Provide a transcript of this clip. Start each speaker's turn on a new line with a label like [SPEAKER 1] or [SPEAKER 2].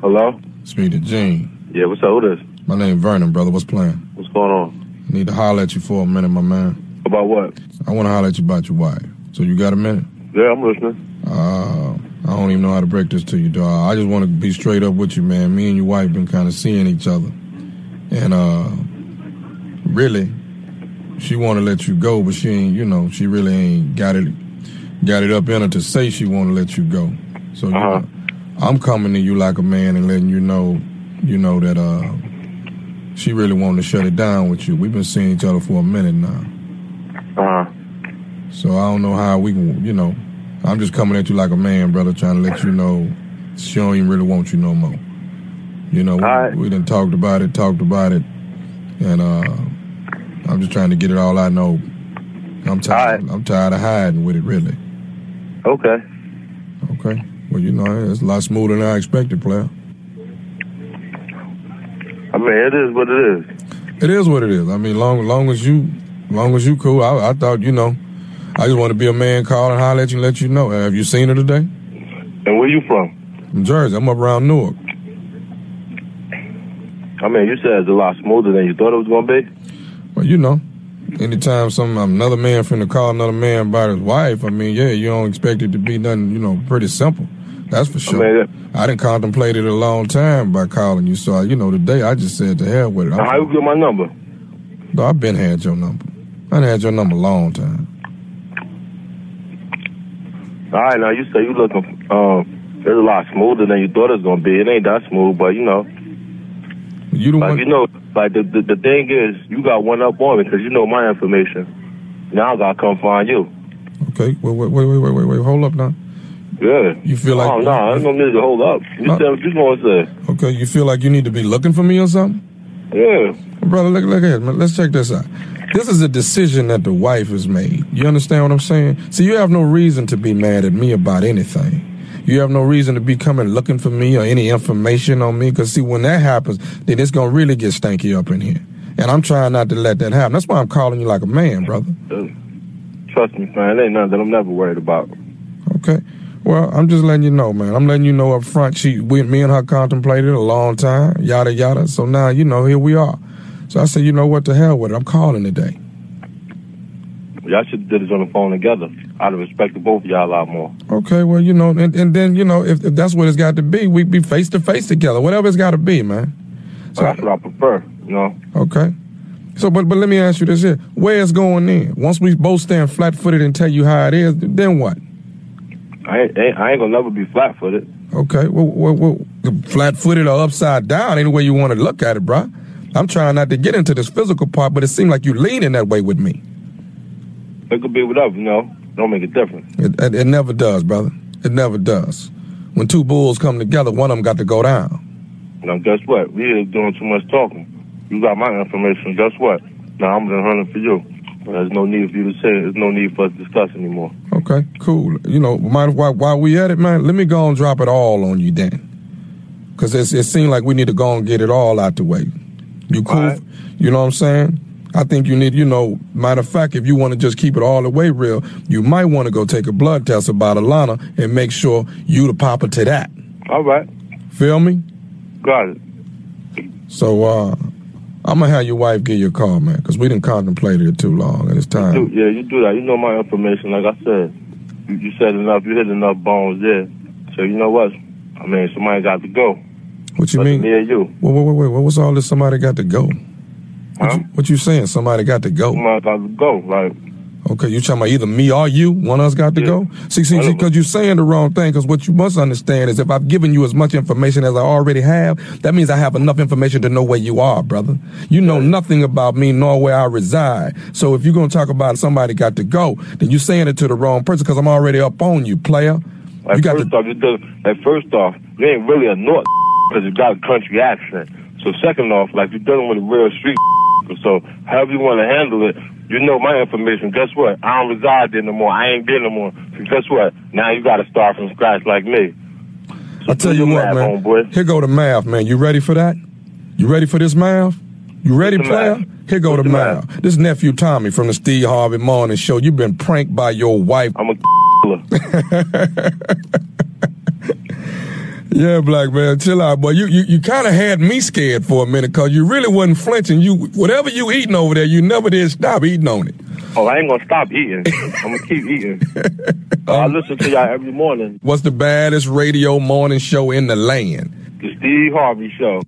[SPEAKER 1] Hello?
[SPEAKER 2] Speak to Gene.
[SPEAKER 1] Yeah, what's up with us?
[SPEAKER 2] My name Vernon, brother. What's playing?
[SPEAKER 1] What's going on?
[SPEAKER 2] Need to holler at you for a minute, my man.
[SPEAKER 1] About what?
[SPEAKER 2] I want to holler at you about your wife. So you got a minute?
[SPEAKER 1] Yeah, I'm listening.
[SPEAKER 2] Uh, I don't even know how to break this to you, dog. I just want to be straight up with you, man. Me and your wife been kind of seeing each other, and uh, really, she want to let you go, but she ain't. You know, she really ain't got it, got it up in her to say she want to let you go. So you
[SPEAKER 1] Uh-huh.
[SPEAKER 2] know, I'm coming to you like a man and letting you know, you know that uh, she really want to shut it down with you. We've been seeing each other for a minute now. Uh-huh.
[SPEAKER 1] Uh huh.
[SPEAKER 2] So I don't know how we can, you know, I'm just coming at you like a man, brother, trying to let you know she don't even really want you no more. You know, we,
[SPEAKER 1] Alright.
[SPEAKER 2] we done talked about it, talked about it, and uh, I'm just trying to get it all I know. I'm tired. I'm tired of hiding with it, really.
[SPEAKER 1] Okay.
[SPEAKER 2] Okay. Well, you know, it's a lot smoother than I expected, player.
[SPEAKER 1] I mean, it is what it is.
[SPEAKER 2] It is what it is. I mean, long long as you, long as you cool. I, I thought, you know, I just want to be a man, call and holler at you, and let you know. Have you seen her today?
[SPEAKER 1] And where you from?
[SPEAKER 2] From Jersey. I'm up around Newark.
[SPEAKER 1] I mean, you said it's a lot smoother than you thought it was going to be.
[SPEAKER 2] Well, you know, anytime some um, another man finna call another man about his wife, I mean, yeah, you don't expect it to be nothing, you know, pretty simple. That's for sure. I,
[SPEAKER 1] mean, uh,
[SPEAKER 2] didn't contemplate it a long time by calling you, so I, you know, today I just said to hell with it.
[SPEAKER 1] Now, how
[SPEAKER 2] I,
[SPEAKER 1] you get my number?
[SPEAKER 2] no, I've been had your number. I done had your number a long time.
[SPEAKER 1] All right, now you say you looking, um, it's a lot smoother than you thought it was going to be. It ain't that smooth, but you know,
[SPEAKER 2] You the
[SPEAKER 1] like,
[SPEAKER 2] one.
[SPEAKER 1] you know, like the, the, the thing is, you got one up on me because you know my information. Now I got to come find you.
[SPEAKER 2] okay. Wait, wait, wait, wait, wait, wait, wait. Hold up now.
[SPEAKER 1] Yeah.
[SPEAKER 2] You feel like?
[SPEAKER 1] oh, no, I don't need to hold up. You
[SPEAKER 2] No.
[SPEAKER 1] said what you going to say.
[SPEAKER 2] Okay. You feel like you need to be looking for me or something?
[SPEAKER 1] Yeah.
[SPEAKER 2] Brother, look, look at it, man. Let's check this out. This is a decision that the wife has made. You understand what I'm saying? See, you have no reason to be mad at me about anything. You have no reason to be coming looking for me or any information on me. Because, see, when that happens, then it's going to really get stanky up in here. And I'm trying not to let that happen. That's why I'm calling you like a man, brother.
[SPEAKER 1] Trust me, man. It ain't nothing that I'm never worried about.
[SPEAKER 2] Okay. Well, I'm just letting you know, man. I'm letting you know up front. She, we, me and her contemplated a long time, yada, yada. So now, you know, here we are. So I said, you know what, to hell with it. I'm calling today.
[SPEAKER 1] Y'all should have did this on the phone together. I'd have respected both of y'all a lot more.
[SPEAKER 2] Okay, well, you know, and, and then, you know, if, if that's what it's got to be, we be face to face together, whatever it's got to be, man.
[SPEAKER 1] So that's what I prefer, you know.
[SPEAKER 2] Okay. So, but, but let me ask you this here. Where it's going in? Once we both stand flat footed and tell you how it is, then what?
[SPEAKER 1] I ain't, ain't- I ain't gonna never be flat footed.
[SPEAKER 2] Okay, well, well, well flat footed or upside down, any way you want to look at it, bruh. I'm trying not to get into this physical part, but it seemed like you leaning that way with me.
[SPEAKER 1] It could be whatever, you know. Don't make a difference.
[SPEAKER 2] It, it, it never does, brother. It never does. When two bulls come together, one of them got to go down.
[SPEAKER 1] Now guess what? We is doing too much talking. You got my information. Guess what? Now I'm gonna hunt it for you. There's no need for you to say. There's no need for us to discuss anymore.
[SPEAKER 2] Okay, cool. You know, mind while, while we at it, man, let me go and drop it all on you then. Because it seemed like we need to go and get it all out the way. You cool?
[SPEAKER 1] All right.
[SPEAKER 2] You know what I'm saying? I think you need, you know, matter of fact, if you want to just keep it all the way real, you might want to go take a blood test about Alana and make sure you the papa to that.
[SPEAKER 1] All right,
[SPEAKER 2] Feel me?
[SPEAKER 1] got it.
[SPEAKER 2] So, uh, I'm going to have your wife give you a call, man, because we didn't contemplate it too long, and it's
[SPEAKER 1] Do,
[SPEAKER 2] time.
[SPEAKER 1] yeah, you do that. You know my information. Like I said, you, you said enough. You hit enough bones there. So you know what? I mean, somebody got to go.
[SPEAKER 2] What you
[SPEAKER 1] But
[SPEAKER 2] mean?
[SPEAKER 1] me and you,
[SPEAKER 2] Wait, wait, wait, wait. What's all this? Somebody got to go. What,
[SPEAKER 1] huh?
[SPEAKER 2] you, what you saying? Somebody got to go.
[SPEAKER 1] Somebody got to go. Like
[SPEAKER 2] Okay, you talking about either me or you? One of us got to
[SPEAKER 1] Yeah.
[SPEAKER 2] go. See, see,
[SPEAKER 1] One of us.
[SPEAKER 2] because you're saying the wrong thing. Because what you must understand is, if I've given you as much information as I already have, that means I have enough information to know where you are, brother. You know nothing about me nor where I reside. So if you're gonna talk about somebody got to go, then you're saying it to the wrong person. Because I'm already up on you, player.
[SPEAKER 1] Like
[SPEAKER 2] you got
[SPEAKER 1] first
[SPEAKER 2] to.
[SPEAKER 1] off, you did, like first off, you ain't really a north because you got a country accent. So second off, like you're dealing with a real street. So however you want to handle it, you know my information. Guess what? I don't reside there no more. I ain't there no more. So guess what? Now you got to start from scratch like me. So
[SPEAKER 2] I tell
[SPEAKER 1] do
[SPEAKER 2] you
[SPEAKER 1] your
[SPEAKER 2] what,
[SPEAKER 1] math,
[SPEAKER 2] man.
[SPEAKER 1] homeboy.
[SPEAKER 2] Here go the math, man. You ready for that? You ready for this math? You ready,
[SPEAKER 1] What's the
[SPEAKER 2] player?
[SPEAKER 1] math?
[SPEAKER 2] Here go
[SPEAKER 1] What's
[SPEAKER 2] the,
[SPEAKER 1] the
[SPEAKER 2] math. This nephew Tommy from the Steve Harvey Morning Show. You've been pranked by your wife.
[SPEAKER 1] I'm a killer.
[SPEAKER 2] Yeah, black man, chill out, boy. You you, you kind of had me scared for a minute because you really wasn't flinching. You whatever you eating over there, you never did stop eating on it.
[SPEAKER 1] Oh, I ain't gonna stop eating. I'm gonna keep eating. I listen to y'all every morning.
[SPEAKER 2] What's the baddest radio morning show in the land?
[SPEAKER 1] The Steve Harvey Show.